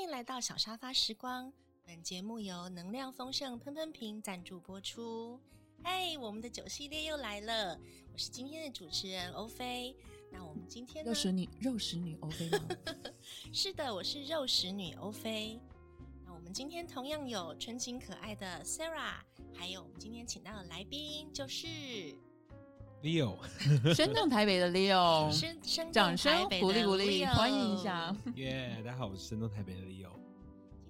迎来到小沙发时光。本节目由能量丰盛喷喷瓶赞助播出。嗨，我们的酒系列又来了，我是今天的主持人欧菲。那我们今天呢肉？食女，肉食女 OK 吗？ 是的，我是肉食女欧菲。那我们今天同样有纯情可爱的 Sarah，还有我们今天请到的来宾就是 Leo，深圳台北的 Leo，深深掌圳台声北鼓的励鼓励， Leo 欢迎一下。 耶！大家好，我是山东台北的 Leo。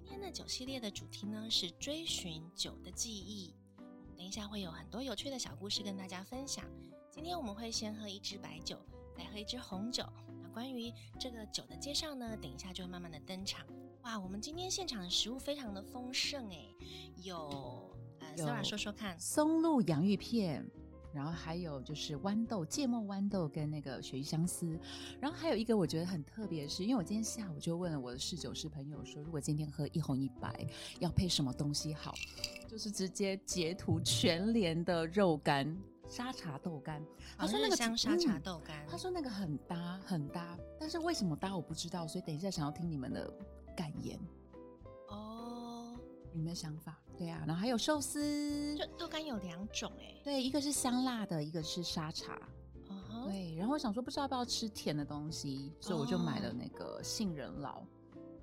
今天的酒系列的主题呢是追寻酒的记忆。我们等一下会有很多有趣的小故事跟大家分享。今天我们会先喝一支白酒，再喝一支红酒。那关于这个酒的介绍呢，等一下就会慢慢的登场。哇，我们今天现场的食物非常的丰盛诶，有呃有 s a r a 说说看，松露洋芋片，然后还有就是豌豆芥末豌豆跟那个鳕鱼香丝，然后还有一个我觉得很特别的是，因为我今天下午就问了我的侍酒师朋友说，如果今天喝一红一白要配什么东西好，就是直接截图全连的肉干沙茶豆干，他说那日个香沙茶嗯豆干，他说那个很搭，很搭，但是为什么搭我不知道，所以等一下想要听你们的感言，哦，你们的想法。对啊，然后还有寿司这，豆干有两种诶，对，一个是香辣的，一个是沙茶。嗯哼，对，然后我想说不知道要不要吃甜的东西，所以我就买了那个杏仁酪。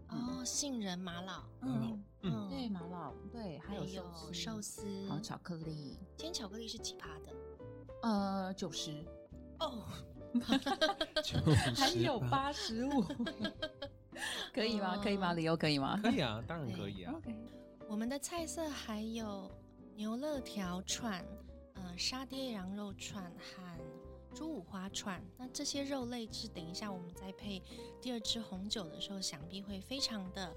哦，杏仁玛瑙，嗯嗯，对，，玛瑙，对，还有寿司，寿司，还有巧克力，今天巧克力是几趴的？呃，九十，哦， 就 还是有八十 五，可以吗？可以吗？理由可以 吗 可以啊，当然可以啊。 ？OK，我们的菜色还有牛肋条串、呃沙爹羊肉串和猪五花串。那这些肉类是等一下我们再配第二支红酒的时候，想必会非常的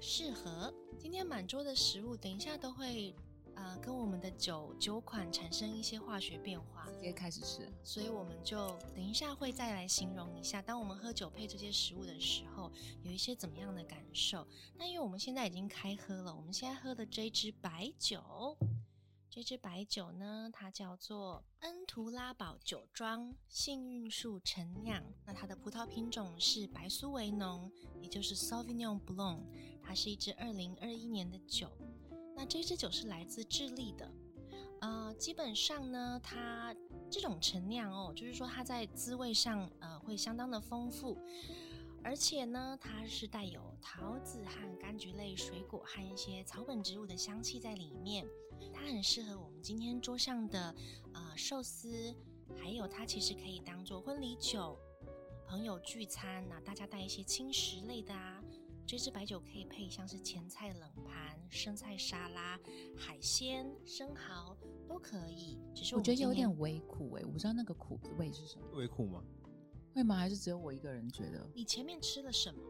适合。今天满桌的食物，等一下都会呃跟我们的酒酒款产生一些化学变化。直接开始吃。所以我们就等一下会再来形容一下，当我们喝酒配这些食物的时候，有一些怎么样的感受。那因为我们现在已经开喝了，我们现在喝的这一支白酒，这支白酒呢，它叫做恩图拉堡酒庄幸运树陈酿。那它的葡萄品种是白苏维农，也就是 Sauvignon Blanc，它是一支二零二一年的酒。那这支酒是来自智利的，呃，基本上呢，它这种陈酿哦，就是说它在滋味上呃会相当的丰富，而且呢，它是带有桃子和柑橘类水果和一些草本植物的香气在里面。它很适合我们今天桌上的呃寿司，还有它其实可以当做婚礼酒、朋友聚餐那、大家带一些轻食类的啊。这支白酒可以配像是前菜冷盘、生菜沙拉、海鲜、生蚝都可以。只是我们觉得有今天点微苦哎、我不知道那个苦味是什么，微苦吗？会吗？还是只有我一个人觉得？你前面吃了什么？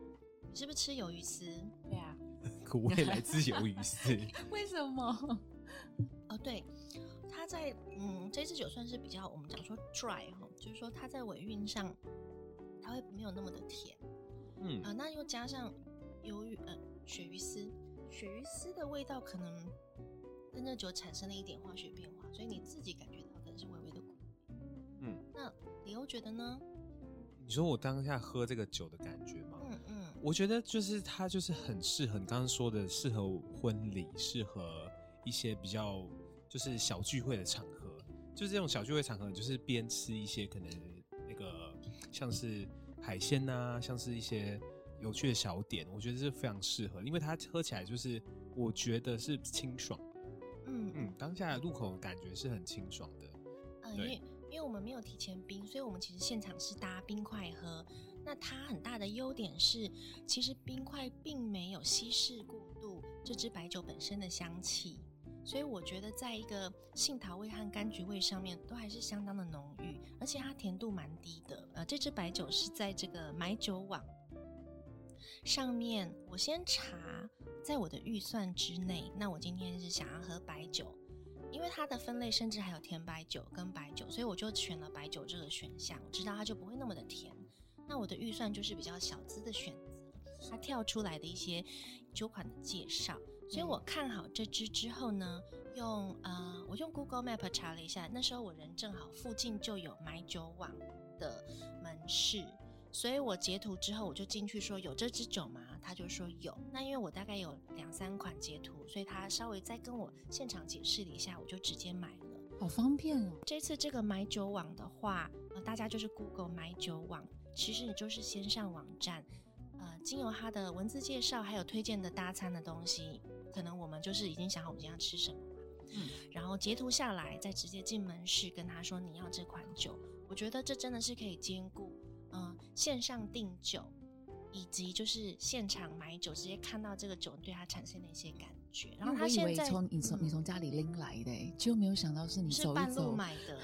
你是不是吃鱿鱼丝？对啊，苦味来自鱿鱼丝。 为什么？ 哦，对，它在嗯，这支酒算是比较我们讲说 dry 哈，就是说它在尾韵上，它会没有那么的甜嗯啊、呃那又加上鱿鱼呃鳕鱼丝，鳕鱼丝的味道可能跟这酒产生了一点化学变化，所以你自己感觉到可能是微微的苦。嗯，那李欧觉得呢？你说我当下喝这个酒的感觉吗？嗯嗯，我觉得就是它就是很适合你刚刚说的，适合婚礼，适合一些比较就是小聚会的场合。就是这种小聚会场合，就是边吃一些可能那个像是海鲜呐、像是一些有趣的小点，我觉得是非常适合，因为它喝起来就是我觉得是清爽，嗯嗯，当下入口的感觉是很清爽的。嗯，因对为因为我们没有提前冰，所以我们其实现场是搭冰块喝。那它很大的优点是，其实冰块并没有稀释过度这支白酒本身的香气，所以我觉得在一个杏桃味和柑橘味上面都还是相当的浓郁，而且它甜度蛮低的。呃，这支白酒是在这个买酒网上面，我先查，在我的预算之内。那我今天是想要喝白酒，因为它的分类甚至还有甜白酒跟白酒，所以我就选了白酒这个选项。我知道它就不会那么的甜。那我的预算就是比较小资的选择，它跳出来的一些酒款的介绍。所以我看好这支之后呢，用呃，我用 Google Map 查了一下，那时候我人正好附近就有买酒网的门市，所以我截图之后，我就进去说有这支酒吗？他就说有。那因为我大概有两三款截图，所以他稍微再跟我现场解释了一下，我就直接买了。好方便哦。这次这个买酒网的话，呃，大家就是 Google 买酒网，其实你就是先上网站，呃，经由它的文字介绍还有推荐的搭餐的东西，可能我们就是已经想好我们今天要吃什么嘛，嗯然后截图下来，再直接进门市跟他说你要这款酒。我觉得这真的是可以兼顾，嗯、线上订酒。以及就是现场买酒，直接看到这个酒对它产生的一些感觉。然后因为它我以现为在从你从你嗯从家里拎来的欸，就没有想到是你是走一半路走，买 的，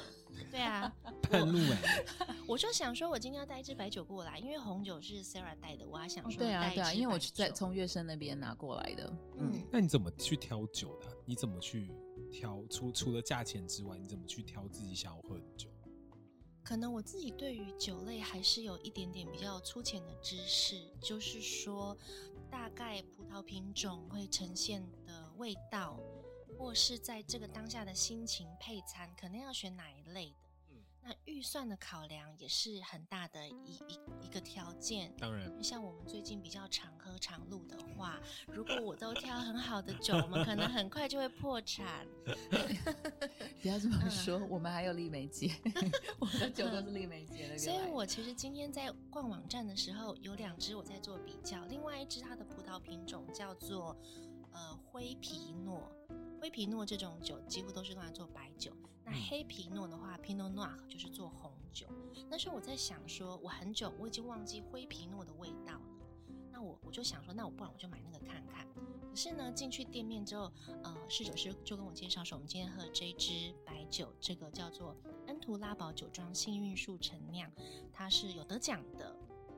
对啊，半路哎，我就想说，我今天要带一支白酒过来，因为红酒是 Sarah 带的，我还想哦说、对啊对啊，因为我去在从从月生那边拿过来的，嗯嗯，那你怎么去挑酒的啊、你怎么去挑？除除了价钱之外，你怎么去挑自己想要喝的酒？可能我自己对于酒类还是有一点点比较粗浅的知识，就是说大概葡萄品种会呈现的味道，或是在这个当下的心情配餐，可能要选哪一类的。嗯那预算的考量也是很大的一一一个条件，当然，像我们最近比较常喝常露的话，如果我都挑很好的酒，我们可能很快就会破产。不要这么嗯说，我们还有丽 梅姐，我的酒都是丽梅姐的，所以我其实今天在逛网站的时候，有两支我在做比较，另外一支它的葡萄品种叫做呃灰皮诺。灰皮诺这种酒几乎都是用来做白酒，那嗯黑皮诺的话，Pinot Noir 就是做红酒。那时候我在想说，我很久我已经忘记灰皮诺的味道了，那我我就想说，那我不然我就买那个看看。可是呢，进去店面之后，呃，侍酒师就跟我介绍说，我们今天喝的这一支白酒，这个叫做安图拉堡酒庄幸运树陈酿，它是有得奖的，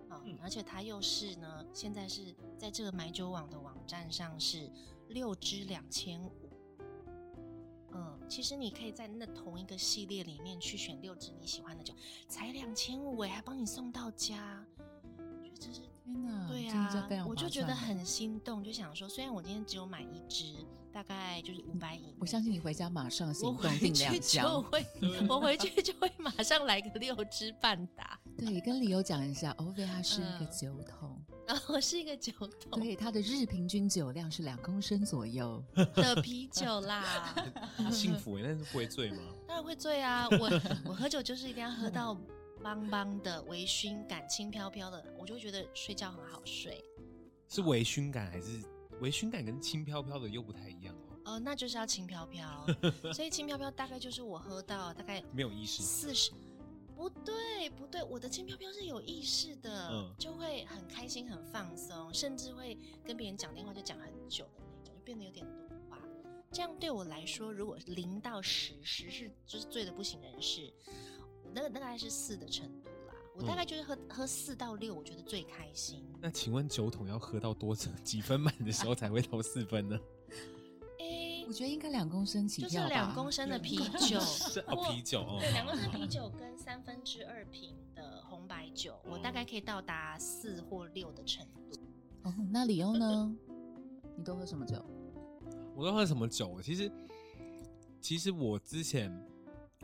啊、嗯而且它又是呢，现在是在这个买酒网的网站上是六支两千五。嗯，其实你可以在那同一个系列里面去选六支你喜欢的酒，才两千五哎，还帮你送到家，我觉得这是天哪，对嗯真的是非啊，常我就划觉得算欸很心动，就想说，虽然我今天只有买一支，大概就是五百以内，嗯我相信你回家马上我行动回订两去就 箱。会，我回去就会马上来个六支半打。对，跟理由讲一下，欧菲它是一个嗯酒桶，然后我是一个酒桶对，它的日平均酒量是两公升左右。的啤酒 啦，他幸福哎、那是不会醉吗？当然会醉啊！我我喝酒就是一定要喝到嗯邦邦的、微醺感、轻飘飘的，我就会觉得睡觉很好睡。是微醺感还是微醺感跟轻飘飘的又不太一样哦？哦、那就是要轻飘 飘，所以轻飘飘大概就是我喝到大概没有意识，四十，不对不对，我的轻飘飘是有意识的，嗯就会很开心、很放松，甚至会跟别人讲电话就讲很久的那种，就变得有点多话。这样对我来说，如果零到十，十是就是醉的不省人事，我那个大概是四的程度啦。我大概就是喝、喝四到六，我觉得最开心。嗯那请问酒桶要喝到多少几分满的时候才会到四分呢？诶、我觉得应该两公升起就是跳吧。两公升的啤酒 是，哦，或啤酒哦，对，两公升啤酒跟三分之二瓶的红白酒，我大概可以到达四或六的程度。哦，那理由 呢？你都喝什么酒？我都喝什么酒？其实，其实我之前，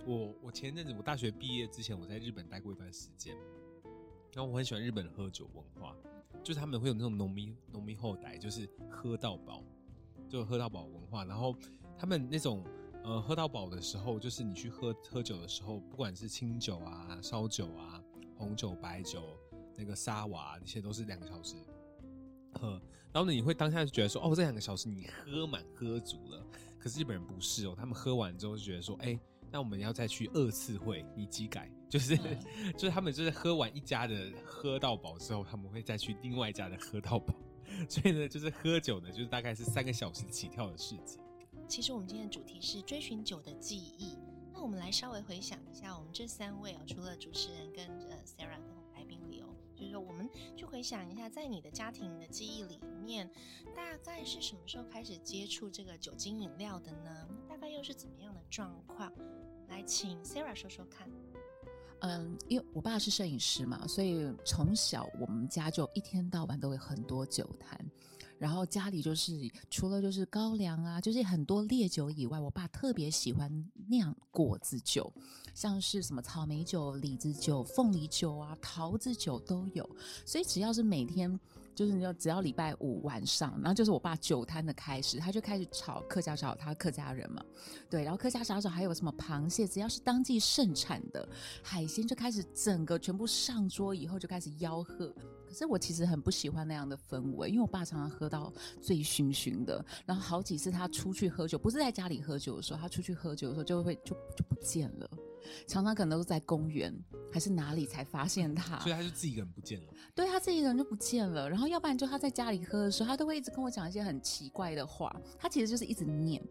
我我前阵子我大学毕业之前，我在日本待过一段时间，然后我很喜欢日本的喝酒文化，就是他们会有那种农民农民后代，就是喝到饱，就喝到饱文化。然后他们那种呃喝到饱的时候，就是你去喝喝酒的时候，不管是清酒啊、烧酒啊、红酒、白酒、那个沙瓦、啊，那些都是两个小时喝。然后呢，你会当下就觉得说，哦，这两个小时你喝满喝足了。可是日本人不是哦，他们喝完之后就觉得说，哎、那我们要再去二次会，你几改？就是、嗯 就是他们就是喝完一家的喝到饱之后，他们会再去另外一家的喝到饱。所以呢，就是喝酒呢，就是大概是三个小时起跳的事情。其实我们今天的主题是追寻酒的记忆。那我们来稍微回想一下，我们这三位哦，除了主持人跟呃 Sarah 跟我们来宾里哦，就是说我们去回想一下，在你的家庭的记忆里面，大概是什么时候开始接触这个酒精饮料的呢？大概又是怎么样的状况？来，请 Sarah 说说看。嗯，因为我爸是摄影师嘛，所以从小我们家就一天到晚都会很多酒坛。然后家里就是除了就是高粱啊，就是很多烈酒以外，我爸特别喜欢酿果子酒，像是什么草莓酒、李子酒、凤梨酒啊、桃子酒都有。所以只要是每天，就是你知道，只要礼拜五晚上，然后就是我爸酒摊的开始，他就开始炒客家小炒，他客家人嘛，对，然后客家小炒还有什么螃蟹，只要是当季盛产的海鲜，就开始整个全部上桌以后就开始吆喝。可是我其实很不喜欢那样的氛围，因为我爸常常喝到醉醺醺的，然后好几次他出去喝酒，不是在家里喝酒的时候，他出去喝酒的时候就会就就不见了，常常可能都是在公园还是哪里才发现他。所以他就自己一个人不见了。对他自己一个人就不见了，然后要不然就他在家里喝的时候，他都会一直跟我讲一些很奇怪的话，他其实就是一直念。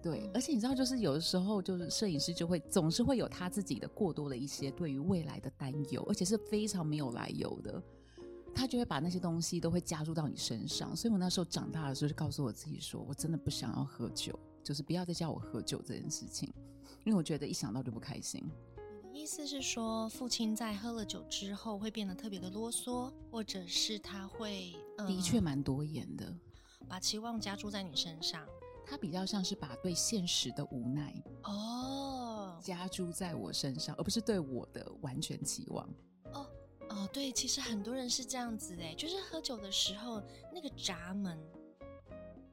对，而且你知道，就是有的时候，就是摄影师就会总是会有他自己的过多的一些对于未来的担忧，而且是非常没有来由的，他就会把那些东西都会加入到你身上。所以我那时候长大的时候，就告诉我自己说，我真的不想要喝酒，就是不要再叫我喝酒这件事情，因为我觉得一想到就不开心。你的意思是说，父亲在喝了酒之后会变得特别的啰嗦，或者是他会、呃、的确蛮多言的，把期望加注在你身上他比较像是把对现实的无奈哦加诸在我身上，而不是对我的完全期望。哦，对，其实很多人是这样子哎，就是喝酒的时候那个闸门，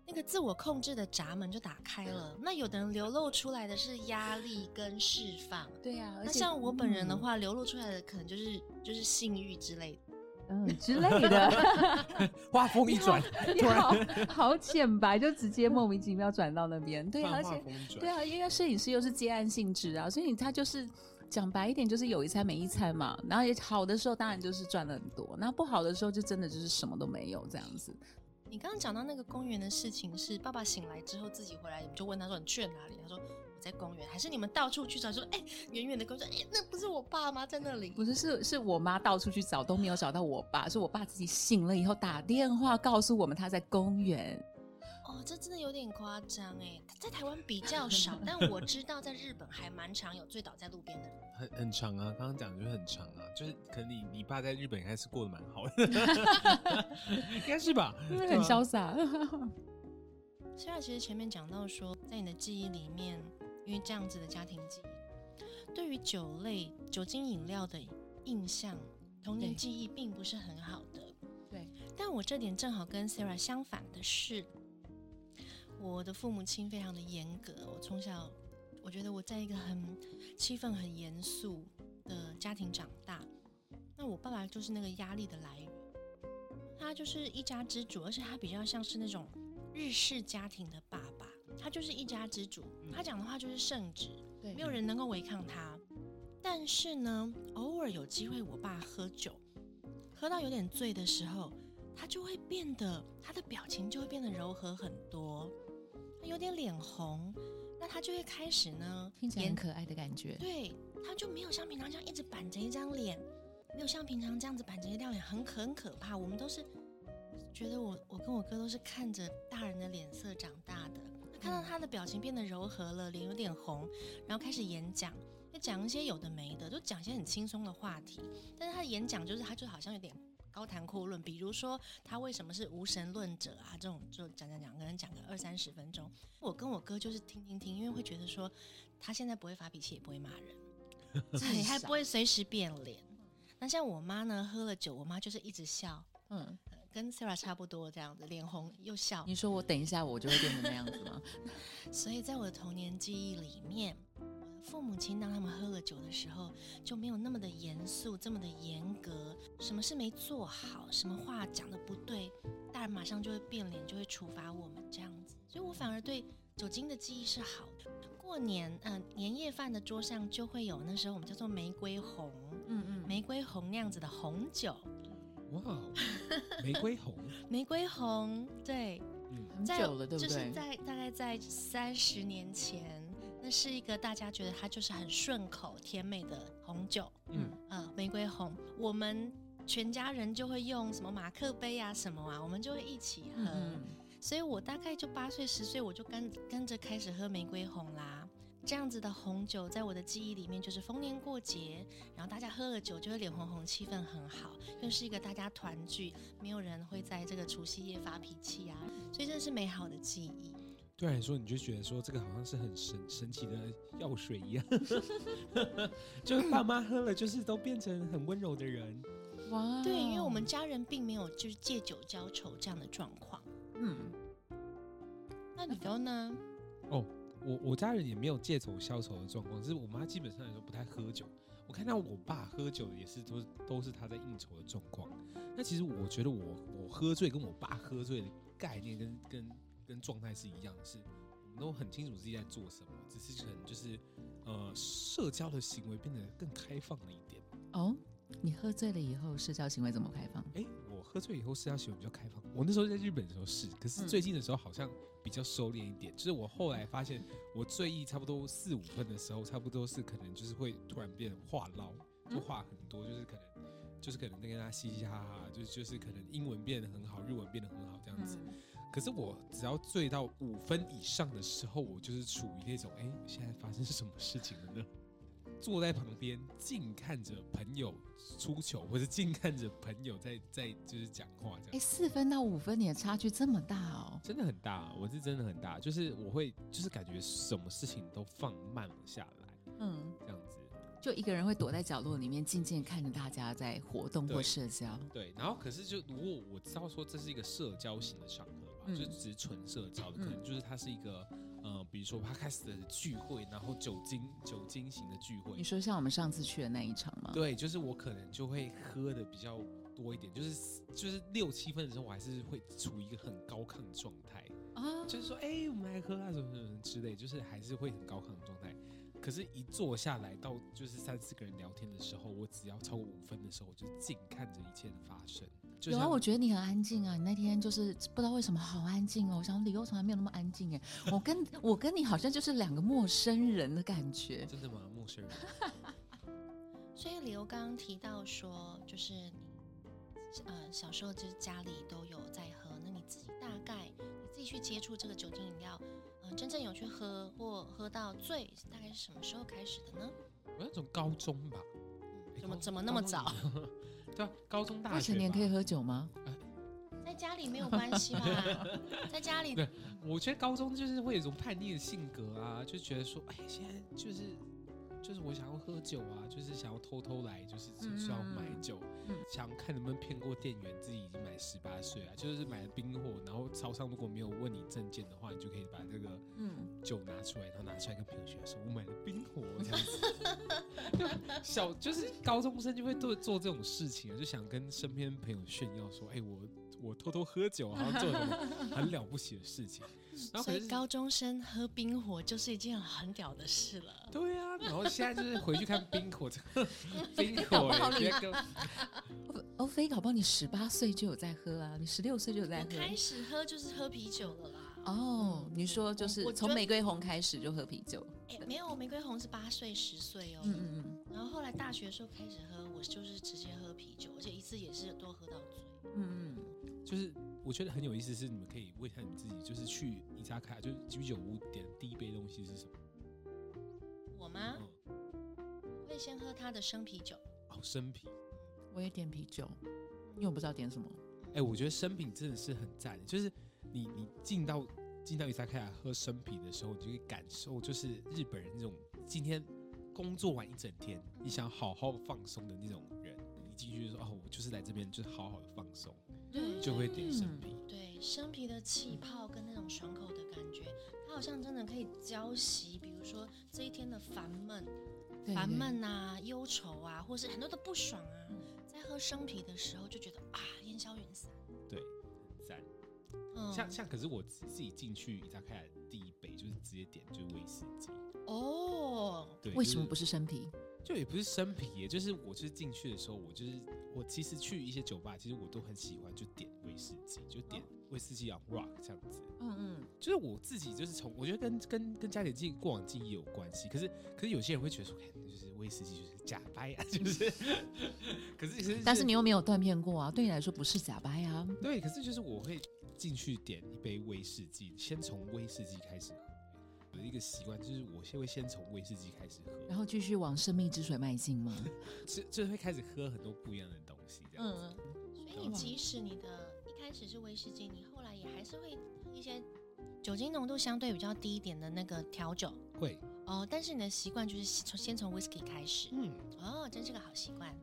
那个自我控制的闸门就打开了。那有的人流露出来的是压力跟释放，对呀、啊，那像我本人的，话，流露出来的可能就是就是性欲之类的。嗯 之类 的， 话锋一转，你好好浅白，就直接莫名其妙转到那边。对啊，而漫画且风一转，对啊，因为摄影师又是接案性质啊，所以他就是讲白一点，就是有一餐没一餐嘛。然后也好的时候，当然就是赚了很多；那不好的时候，就真的就是什么都没有这样子。你刚刚讲到那个公园的事情是，爸爸醒来之后自己回来，你就问他说你去了哪里？他说我在公园，还是你们到处去找？说哎，远远的跟我说，哎，那不是我爸妈在那里。不是，是是我妈到处去找都没有找到我爸，是我爸自己醒了以后打电话告诉我们他在公园。哦，这真的有点夸张哎，在台湾比较少，但我知道在日本还蛮常有醉倒在路边的人。很很长啊。刚刚讲的就是很长啊，就是可能你你爸在日本还是过得蛮好的，应该是吧？因为对很啊潇洒，虽然其实前面讲到说，在你的记忆里面，因为这样子的家庭记忆，对于酒类、酒精饮料的印象，童年对记忆并不是很好的。对，但我这点正好跟 Sarah 相反的是，我的父母亲非常的严格。我从小，我觉得我在一个很气氛很严肃的家庭长大。那我爸爸就是那个压力的来源，他就是一家之主，而且他比较像是那种日式家庭的爸爸，他就是一家之主，他讲的话就是圣旨，对没有人能够违抗他。但是呢，偶尔有机会，我爸喝酒，喝到有点醉的时候，他就会变得，他的表情就会变得柔和很多，他有点脸红，那他就会开始呢，听起来很严可爱的感觉。对，他就没有像平常这样一直板着一张脸，没有像平常这样子板着一张脸，很可很可怕。我们都是觉得我我跟我哥都是看着大人的脸色长大的，那看到他的表情变得柔和了，脸有点红，然后开始演讲。就讲一些有的没的，就讲一些很轻松的话题，但是他的演讲就是他就好像有点高谈阔论，比如说他为什么是无神论者啊这种，就讲讲讲，可能讲个二三十分钟。我跟我哥就是听听听，因为会觉得说他现在不会发脾气，也不会骂人，对，还不会随时变脸。那像我妈呢，喝了酒，我妈就是一直笑，嗯，呃跟 Sarah 差不多这样子，脸红又笑。你说我等一下我就会变成那样子吗？所以在我的童年记忆里面，我的父母亲当他们喝了酒的时候，就没有那么的严肃，这么的严格。什么事没做好，什么话讲的不对，大人马上就会变脸，就会处罚我们这样子。所以我反而对酒精的记忆是好的。过年，嗯、年夜饭的桌上就会有那时候我们叫做玫瑰红， 嗯嗯，玫瑰红那样子的红酒，哇哦，玫瑰红，玫瑰红，对，嗯，很在久了，对不就是对？在大概在三十年前，那是一个大家觉得它就是很顺口、甜美的红酒，嗯呃，玫瑰红。我们全家人就会用什么马克杯啊、什么啊，我们就会一起喝。嗯嗯所以我大概就八岁、十岁，我就跟跟着开始喝玫瑰红啦。这样子的红酒，在我的记忆里面就是逢年过节，然后大家喝了酒就会脸红红，气氛很好，又是一个大家团聚，没有人会在这个除夕夜发脾气啊，所以这是美好的记忆。对来说，你就觉得说这个好像是很神神奇的药水一样， 就是爸妈喝了，就是都变成很温柔的人。哇哦对，因为我们家人并没有就是借酒浇愁这样的状况。嗯，那你都呢？我我家人也没有借酒消愁的状况，就是我妈基本上来说不太喝酒。我看到我爸喝酒也是都是都是他在应酬的状况。那其实我觉得我我喝醉跟我爸喝醉的概念跟跟跟状态是一样的，是我们都很清楚自己在做什么，只是可能就是呃社交的行为变得更开放了一点。哦，你喝醉了以后，社交行为怎么开放？哎、我喝醉以后社交行为比较开放。我那时候在日本的时候是，可是嗯最近的时候好像比较收敛一点。就是我后来发现，我醉意差不多四五分的时候，差不多是可能就是会突然变得话唠，就嗯话很多，就是可能就是可能跟他嘻嘻哈哈，就是就是可能英文变得很好，日文变得很好这样子。可是我只要醉到五分以上的时候，我就是处于那种哎、诶现在发生什么事情了呢？坐在旁边静看着朋友出糗，或者静看着朋友在在就是讲话这哎，样，四分到五分，你的差距这么大哦。真的很大、我是真的很大，就是我会就是感觉什么事情都放慢了下来，嗯，这样子。就一个人会躲在角落里面，静静看着大家在活动或对社交。对，然后可是就如果我知道说这是一个社交型的场合吧，嗯就是只是纯社交的，嗯可能就是它是一个呃，比如说 podcast 的聚会，然后酒精酒精型的聚会你，说像我们上次去的那一场吗？对，就是我可能就会喝的比较多一点，就是就是六七分的时候，我还是会处于一个很高亢的状态，啊，就是说，哎、我们来喝啊，什么什么什么之类，就是还是会很高亢的状态。可是，一坐下来到就是三四个人聊天的时候，我只要超过五分的时候，我就静看着一切的发生。就有啊，像我觉得你很安静啊，你那天就是不知道为什么好安静哦。我想理由从来没有那么安静哎，我跟我跟你好像就是两个陌生人的感觉。真的吗？陌生人？所以刘刚刚提到说，就是你呃小时候就是家里都有在喝，那你自己大概你自己去接触这个酒精饮料，呃，真正有去喝或喝到醉，大概是什么时候开始的呢？我那种高中吧？哎怎么高怎么那么高中早？对啊，高中大未学成年吧可以喝酒吗？在家里没有关系吧？在家里对我觉得高中就是会有一种叛逆的性格啊，就觉得说，哎，现在就是就是我想要喝酒啊，就是想要偷偷来，就是就是要买酒，嗯想看能不能骗过店员自己已经满十八岁啊，就是买了冰货，然后超商如果没有问你证件的话，你就可以把这个嗯，酒拿出来，然后拿出来跟朋友学说，我买了冰火这样子。小就是高中生就会做做这种事情啊，就想跟身边朋友炫耀说，哎、我我偷偷喝酒，好像做了什么很了不起的事情。然后所可以是高中生喝冰火就是一件很屌的事了。对啊，然后现在就是回去看冰 火，这个冰搞火不好欸你直接跟欧菲，哦搞不好你十八岁就有在喝啊，你十六岁就有在我喝。开始喝就是喝啤酒了啦。哦，你说就我是我觉从得玫瑰红开始就喝啤酒？哎、没有，玫瑰红是八岁十岁哦。嗯嗯嗯然后后来大学的时候开始喝，我就是直接喝啤酒，而且一次也是都喝到醉。嗯嗯，就是我觉得很有意思，是你们可以问一下你自己，就是去伊扎卡，就是居酒屋点的第一杯东西是什么？我吗？嗯，我会先喝他的生啤酒，哦，生啤。我也点啤酒，因为我不知道点什么。哎、我觉得生啤真的是很赞，就是你你进到进到伊萨克亚喝生啤的时候，你就会感受就是日本人那种今天工作完一整天，你想好好放松的那种人，你进去就说哦，我就是来这边就是好好的放松，嗯就会点生啤。对生啤的气泡跟那种爽口的感觉，它好像真的可以浇熄，比如说这一天的烦闷、对烦对闷啊、忧愁啊，或是很多的不爽啊，在喝生啤的时候就觉得啊，烟消云散。对，很赞。嗯，像像可是我自自己进去伊扎克亚的第一杯就是直接点就是威士忌，哦，对，为什么就不是？是生啤？就也不是生啤耶，就是我就是进去的时候，我就是我其实去一些酒吧，其实我都很喜欢就点威士忌，就点威士忌啊 rock 这样子。嗯嗯，就是我自己就是从我觉得跟跟跟家里的记忆过往记忆有关系，可是可是有些人会觉得说，哎，就是威士忌就是假掰啊， 就是，可是可是但是你又没有断片过啊，对你来说不是假掰啊。对，可是就是我会进去点一杯威士忌，先从威士忌开始喝。我的一个习惯就是，我先会先从威士忌开始喝，然后继续往生命之水迈进 吗？这这会开始喝很多不一样的东西，这样子。嗯，所以你即使你的一开始是威士忌，你后来也还是会喝一些酒精浓度相对比较低一点的那个调酒嗯会，哦，但是你的习惯就是先从先从 whisky 开始嗯，哦，真是个好习惯。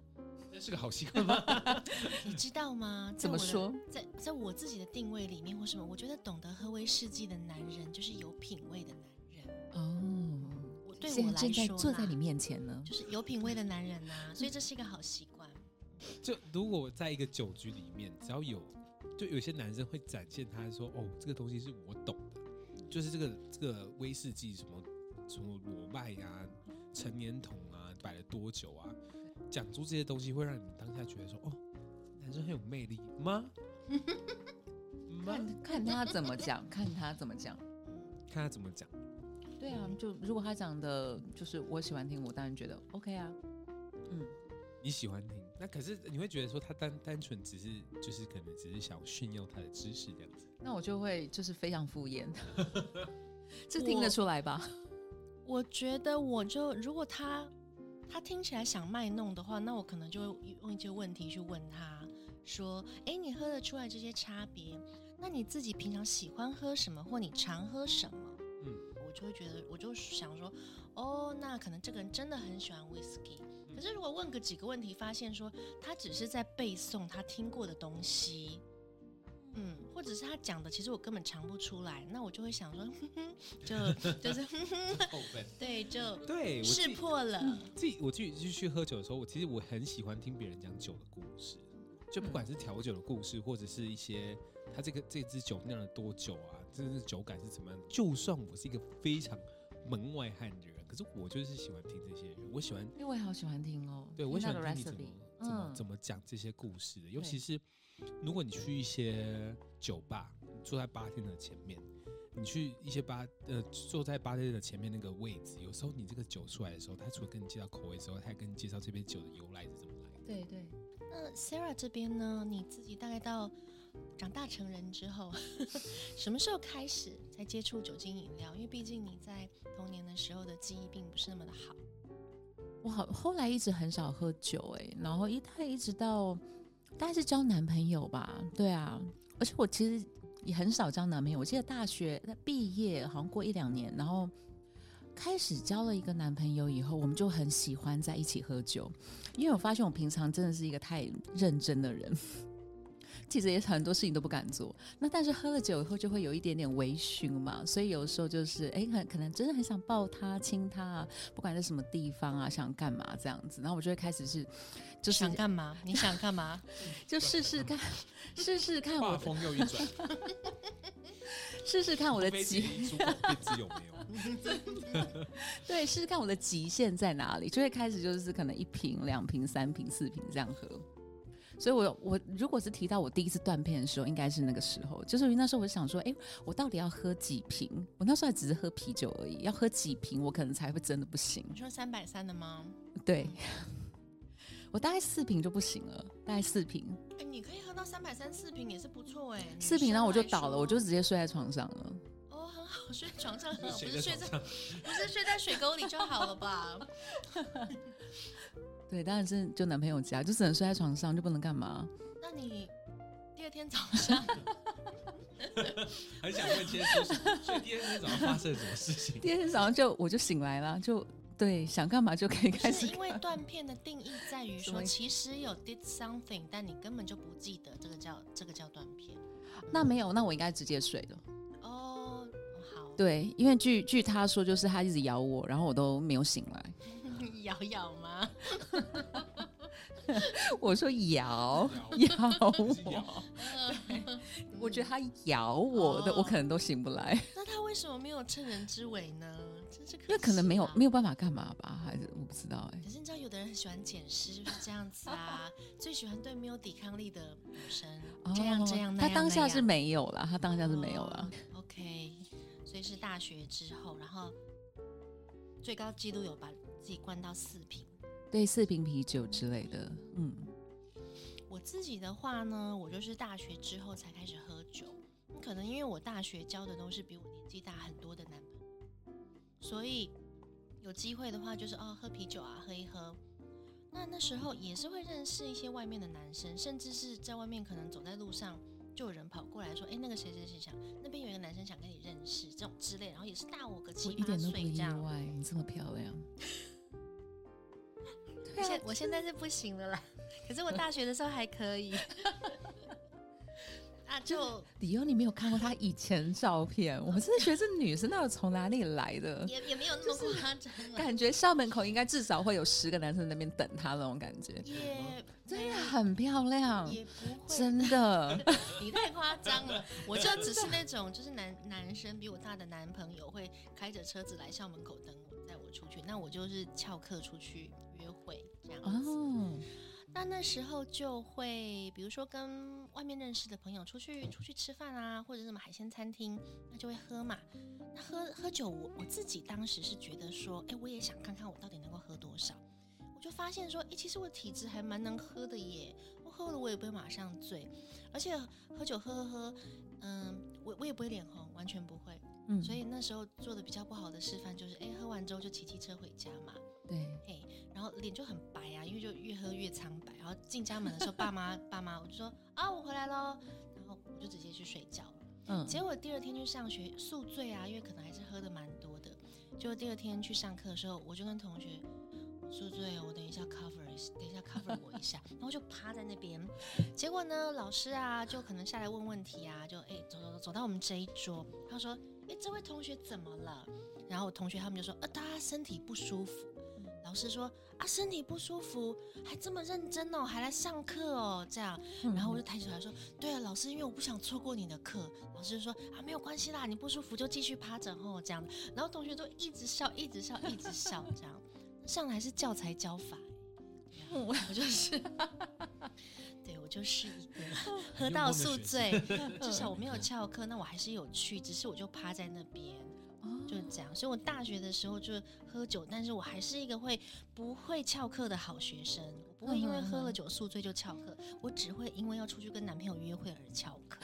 这是个好习惯吗？ 你知道吗？在怎么我的说？在在我自己的定位里面或什么，我觉得懂得喝威士忌的男人就是有品味的男人。哦，我对现我来在正在说坐啦在你面前呢。就是有品味的男人呐、所以这是一个好习惯。就如果在一个酒局里面，只要有，就有些男生会展现他说，哦，这个东西是我懂的，就是这个这个威士忌什么什么裸麦啊、陈年桶啊、摆了多久啊，讲出这些东西会让你当下觉得说，哦，男生很有魅力吗？嗯吗？看看他怎么 讲，看他怎么讲。看他怎么讲。对啊，就如果他讲的就是我喜欢听，我当然觉得 OK 啊。嗯，你喜欢听，那可是你会觉得说他单单纯只是就是可能只是想炫耀他的知识这样子，那我就会就是非常敷 衍，这我听得出来吧？我觉得我就如果他他听起来想卖弄的话，那我可能就会用一些问题去问他说：“诶，你喝得出来这些差别？那你自己平常喜欢喝什么，或你常喝什么？”嗯，我就会觉得，我就想说，哦，那可能这个人真的很喜欢 whisky。可是如果问个几个问题，发现说他只是在背诵他听过的东西，嗯，或者是他讲的其实我根本尝不出来，那我就会想说， 哼哼，就就是哼哼，扣分。对，就哦对，我自识己破了。嗯自己我自己去去喝酒的时候，我其实我很喜欢听别人讲酒的故事，就不管是调酒的故事，或者是一些他这个这支酒酿了多久啊，真的是酒感是怎么样。就算我是一个非常门外汉的人，可是我就是喜欢听这些人，我喜欢因为我也好喜欢听哦。对，我喜听欢到的听你怎 recipe，么怎么、嗯怎么讲这些故事的，尤对其是如果你去一些酒吧，你坐在吧店的前面，你去一些吧呃坐在吧店的前面那个位置，有时候你这个酒出来的时候，他除了跟你介绍口味之后，他还跟你介绍这杯酒的由来是怎么来的。对对，那 Sarah 这边呢，你自己大概到长大成人之后， 什么时候开始才接触酒精饮料？因为毕竟你在童年的时候的记忆并不是那么的好。我好后来一直很少喝酒哎、然后一太一直到大概是交男朋友吧，对啊，而且我其实也很少交男朋友，我记得大学毕业好像过一两年，然后开始交了一个男朋友以后，我们就很喜欢在一起喝酒，因为我发现我平常真的是一个太认真的人。 其实也很多事情都不敢做，那但是喝了酒以后就会有一点点微醺嘛，所以有时候就是，哎，很可能真的很想抱他、亲他啊，不管在什么地方啊，想干嘛这样子，然后我就会开始是，就是想干 嘛？你想干嘛？就试试看，试试看我画的，风又一转，试试看我的飞极机出口便知有没有。 对，试试看我的极限在哪里，就会开始就是可能一瓶、两瓶、三瓶、四瓶这样喝。所以我，我如果是提到我第一次断片的时候，应该是那个时候，就是因为那时候我想说，哎、我到底要喝几瓶？我那时候还只是喝啤酒而已，要喝几瓶，我可能才会真的不行。 你说三百三的吗？对，我大概四瓶就不行了，大概四瓶，哎、你可以喝到三百三四瓶也是不错哎、女四瓶，生然后我就来说倒了，我就直接睡在床上了。哦，很好，睡在床上很好，不谁是在睡床在上？不是睡在水沟里就好了 吧？对，当然是就男朋友家，就只能睡在床上，就不能干嘛。那你第二天早上很想问些事情，所以第二天早上发生了什么 事情？第二天早上就我就醒来了，就对，想干嘛就可以开是始因干为嘛。断片的定义在于什说，么意思其实有 did something，但你根本就不记得，这个叫这个叫断片。那没有，那我应该直接睡了。哦，好，对，因为据据他说，就是他一直咬我，然后我都没有醒来。 咬咬吗？ 我说咬咬 咬是我，咬 我觉得他咬我的，哦我可能都醒不来，那他为什么没有趁人之危呢？真是可惜、啊，因为可能没有有。没有办法干嘛吧，还是我不知道哎、可是你知道，有的人很喜欢捡尸，就是这样子 啊，最喜欢对没有抵抗力的女生这样这样哦那他样。当那下样是没有啦，他当下是没有啦。哦 OK，所以是大学之后，然后最高纪录有把自己灌到四瓶。对，四瓶啤酒之类的，嗯，我自己的话呢，我就是大学之后才开始喝酒，可能因为我大学交的都是比我年纪大很多的男朋友，所以有机会的话就是哦喝啤酒啊喝一喝。那那时候也是会认识一些外面的男生，甚至是在外面可能走在路上就有人跑过来说，哎、那个谁谁谁想那边有一个男生想跟你认识这种之类，然后也是大我个我七一八点都不岁意这样。外，你这么漂亮。我 对现啊，我现在是不行了啦， 可是我大学的时候还可以。 啊，就迪欧，你没有看过她以前照片，我真的觉得这女生到底从哪里 来的？也也没有那么夸张啦，感觉校门口应该至少会有十个男生在那边等她那种感觉，也真的很漂亮，嗯也不会真的。 你太夸张了，我就只是那种就是男男生比我大的男朋友会开着车子来校门口等我，载我出去，那我就是翘课出去约会这样子。哦，那那时候就会，比如说跟外面认识的朋友出去出去吃饭啊，或者是什么海鲜餐厅，那就会喝嘛。那喝喝酒我，我自己当时是觉得说，哎、我也想看看我到底能够喝多少。我就发现说，哎、其实我体质还蛮能喝的耶，我喝了我也不会马上醉，而且喝酒喝喝喝，嗯，我我也不会脸红，完全不会。嗯，所以那时候做的比较不好的示范就是，哎、喝完之后就骑机车回家嘛。对，嗯然后脸就很白啊，因为就越喝越苍白。然后进家门的时候，爸妈爸妈我就说啊，我回来喽，然后我就直接去睡觉了。嗯，结果第二天去上学宿醉啊，因为可能还是喝的蛮多的。就第二天去上课的时候，我就跟同学我宿醉哦，我等一下 cover，一下等一下 cover 我一下，然后就趴在那边。结果呢，老师啊就可能下来问问题啊，就哎、走走走走到我们这一桌，他说哎、这位同学怎么了？然后我同学他们就说呃他身体不舒服。老师说啊，身体不舒服，还这么认真哦，还来上课哦，这样。然后我就抬起头来说：“对啊，老师，因为我不想错过你的课。”老师就说：“啊，没有关系啦，你不舒服就继续趴着哦，这样。”然后同学都一直笑，一直笑，一直笑，这样。上来是教材教法，嗯我就是，对我就是一个喝到宿醉， 嗯 至少我没有翘课，那我还是有去，只是我就趴在那边。哦就这样，所以我大学的时候就喝酒，但是我还是一个会不会翘课的好学生，我不会因为喝了酒宿醉就翘课，我只会因为要出去跟男朋友约会而翘课。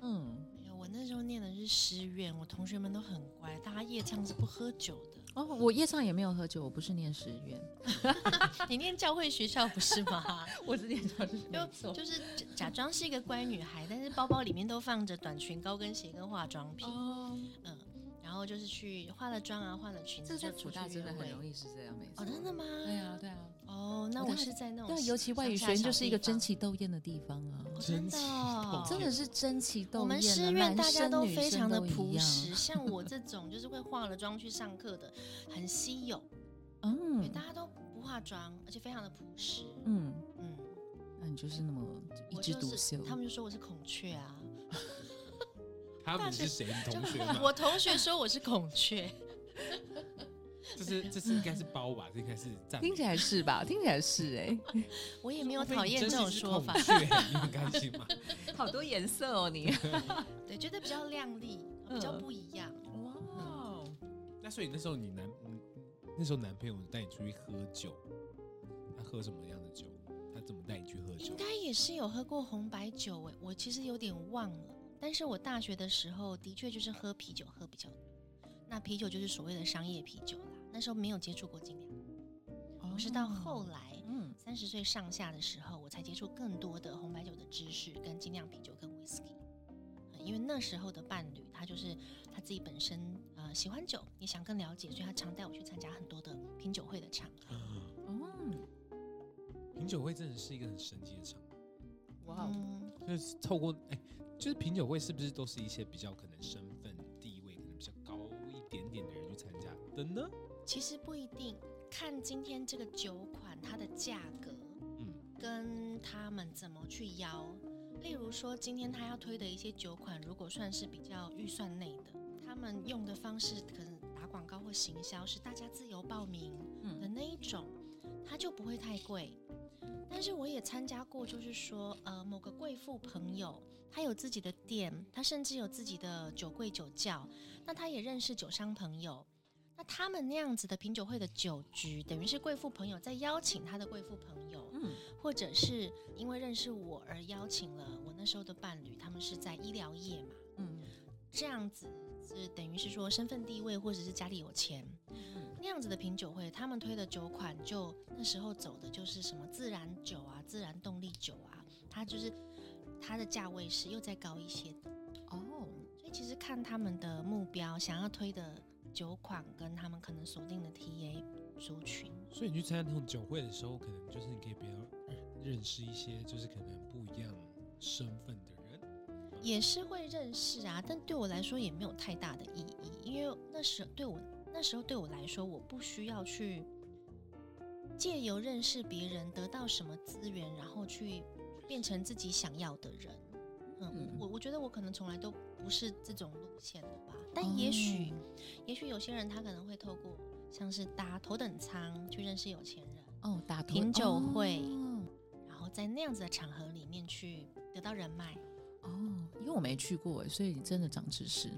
嗯，没有哎我那时候念的是师院，我同学们都很乖，大家夜唱是不喝酒的。哦，我夜唱也没有喝酒，我不是念实院， 你念教会学校不是 吗？ 我是念教师，没就就是假假装是一个乖女孩，但是包包里面都放着短裙、高跟鞋跟化妆品，哦，嗯，然后就是去化了妆啊，换了裙这子在就福出去大真约的很会。容易是这样，没错。哦，真的吗？对啊，对啊，哦，那我我当是在那种乡但下，尤其外语学院就是一个争乡下奇斗艳的地方啊，小地方，哦真的哦，真的是争奇斗艳啊。我们师院男大家生都女非生常的都一朴样实，像我这种就是会化了妆去上课的，很稀有，因为嗯大家都不化妆，而且非常的朴实。嗯，嗯，那你就是那么一我枝就独是秀。他 们就说我是孔雀啊，他们是谁？你 同学吗？我同学说我是孔 雀，这是这是应该是包吧？这应该是赞美。听起来是吧？听起来是哎、我也没有讨厌这种说法你，真是孔雀你很开心吗？好多颜色哦你。 对，觉得比较靓丽，比嗯较不一样。哇哦，那所以那时候你男，嗯那时候男朋友带你出去喝酒，他喝什么样的酒？他怎么带你去喝酒应？该也是有喝过红白酒诶，我其实有点忘了。但是我大学的时候的确就是喝啤酒喝比较多，那啤酒就是所谓的商业啤酒啦。那时候没有接触过精酿，哦我是到后来嗯三十岁上下的时候，我才接触更多的红白酒的知识，跟精酿啤酒跟 whisky。呃因为那时候的伴侣，他就是他自己本身呃喜欢酒，也想更了解，所以他常带我去参加很多的品酒会的场合。嗯，品酒会真的是一个很神奇的场合，哇哦，嗯就是透过哎、就是品酒会是不是都是一些比较可能身份地位可能比较高一点点的人去参加的呢？其实不一定，看今天这个酒款它的价格，嗯跟他们怎么去邀。例如说，今天他要推的一些酒款，如果算是比较预算内的，他们用的方式可能打广告或行销是大家自由报名嗯的那一种，它就不会太贵。但是我也参加过，就是说，呃，某个贵妇朋友，她有自己的店，她甚至有自己的酒柜酒窖，那她也认识酒商朋友，那他们那样子的品酒会的酒局，等于是贵妇朋友在邀请她的贵妇朋友，嗯或者是因为认识我而邀请了我那时候的伴侣，他们是在医疗业嘛，嗯这样子是等于是说身份地位或者是家里有钱那样子的品酒会，他们推的酒款就那时候走的就是什么自然酒啊、自然动力酒啊，它就是它的价位是又再高一些的哦，所以其实看他们的目标，想要推的酒款跟他们可能锁定的 TA 族群，所以你去参加那种酒会的时候，可能就是你可以比较认识一些就是可能不一样身份的人。也是会认识啊，但对我来说也没有太大的意义，因为那时对我那时候对我来说，我不需要去借由认识别人得到什么资源，然后去变成自己想要的人。嗯嗯，我我觉得我可能从来都不是这种路线的吧，哦但也许、也许有些人他可能会透过像是搭头等舱去认识有钱人，哦，打头品酒会哦然后在那样子的场合里面去得到人脉。哦哦，因为我没去过耶，所以真的长知识。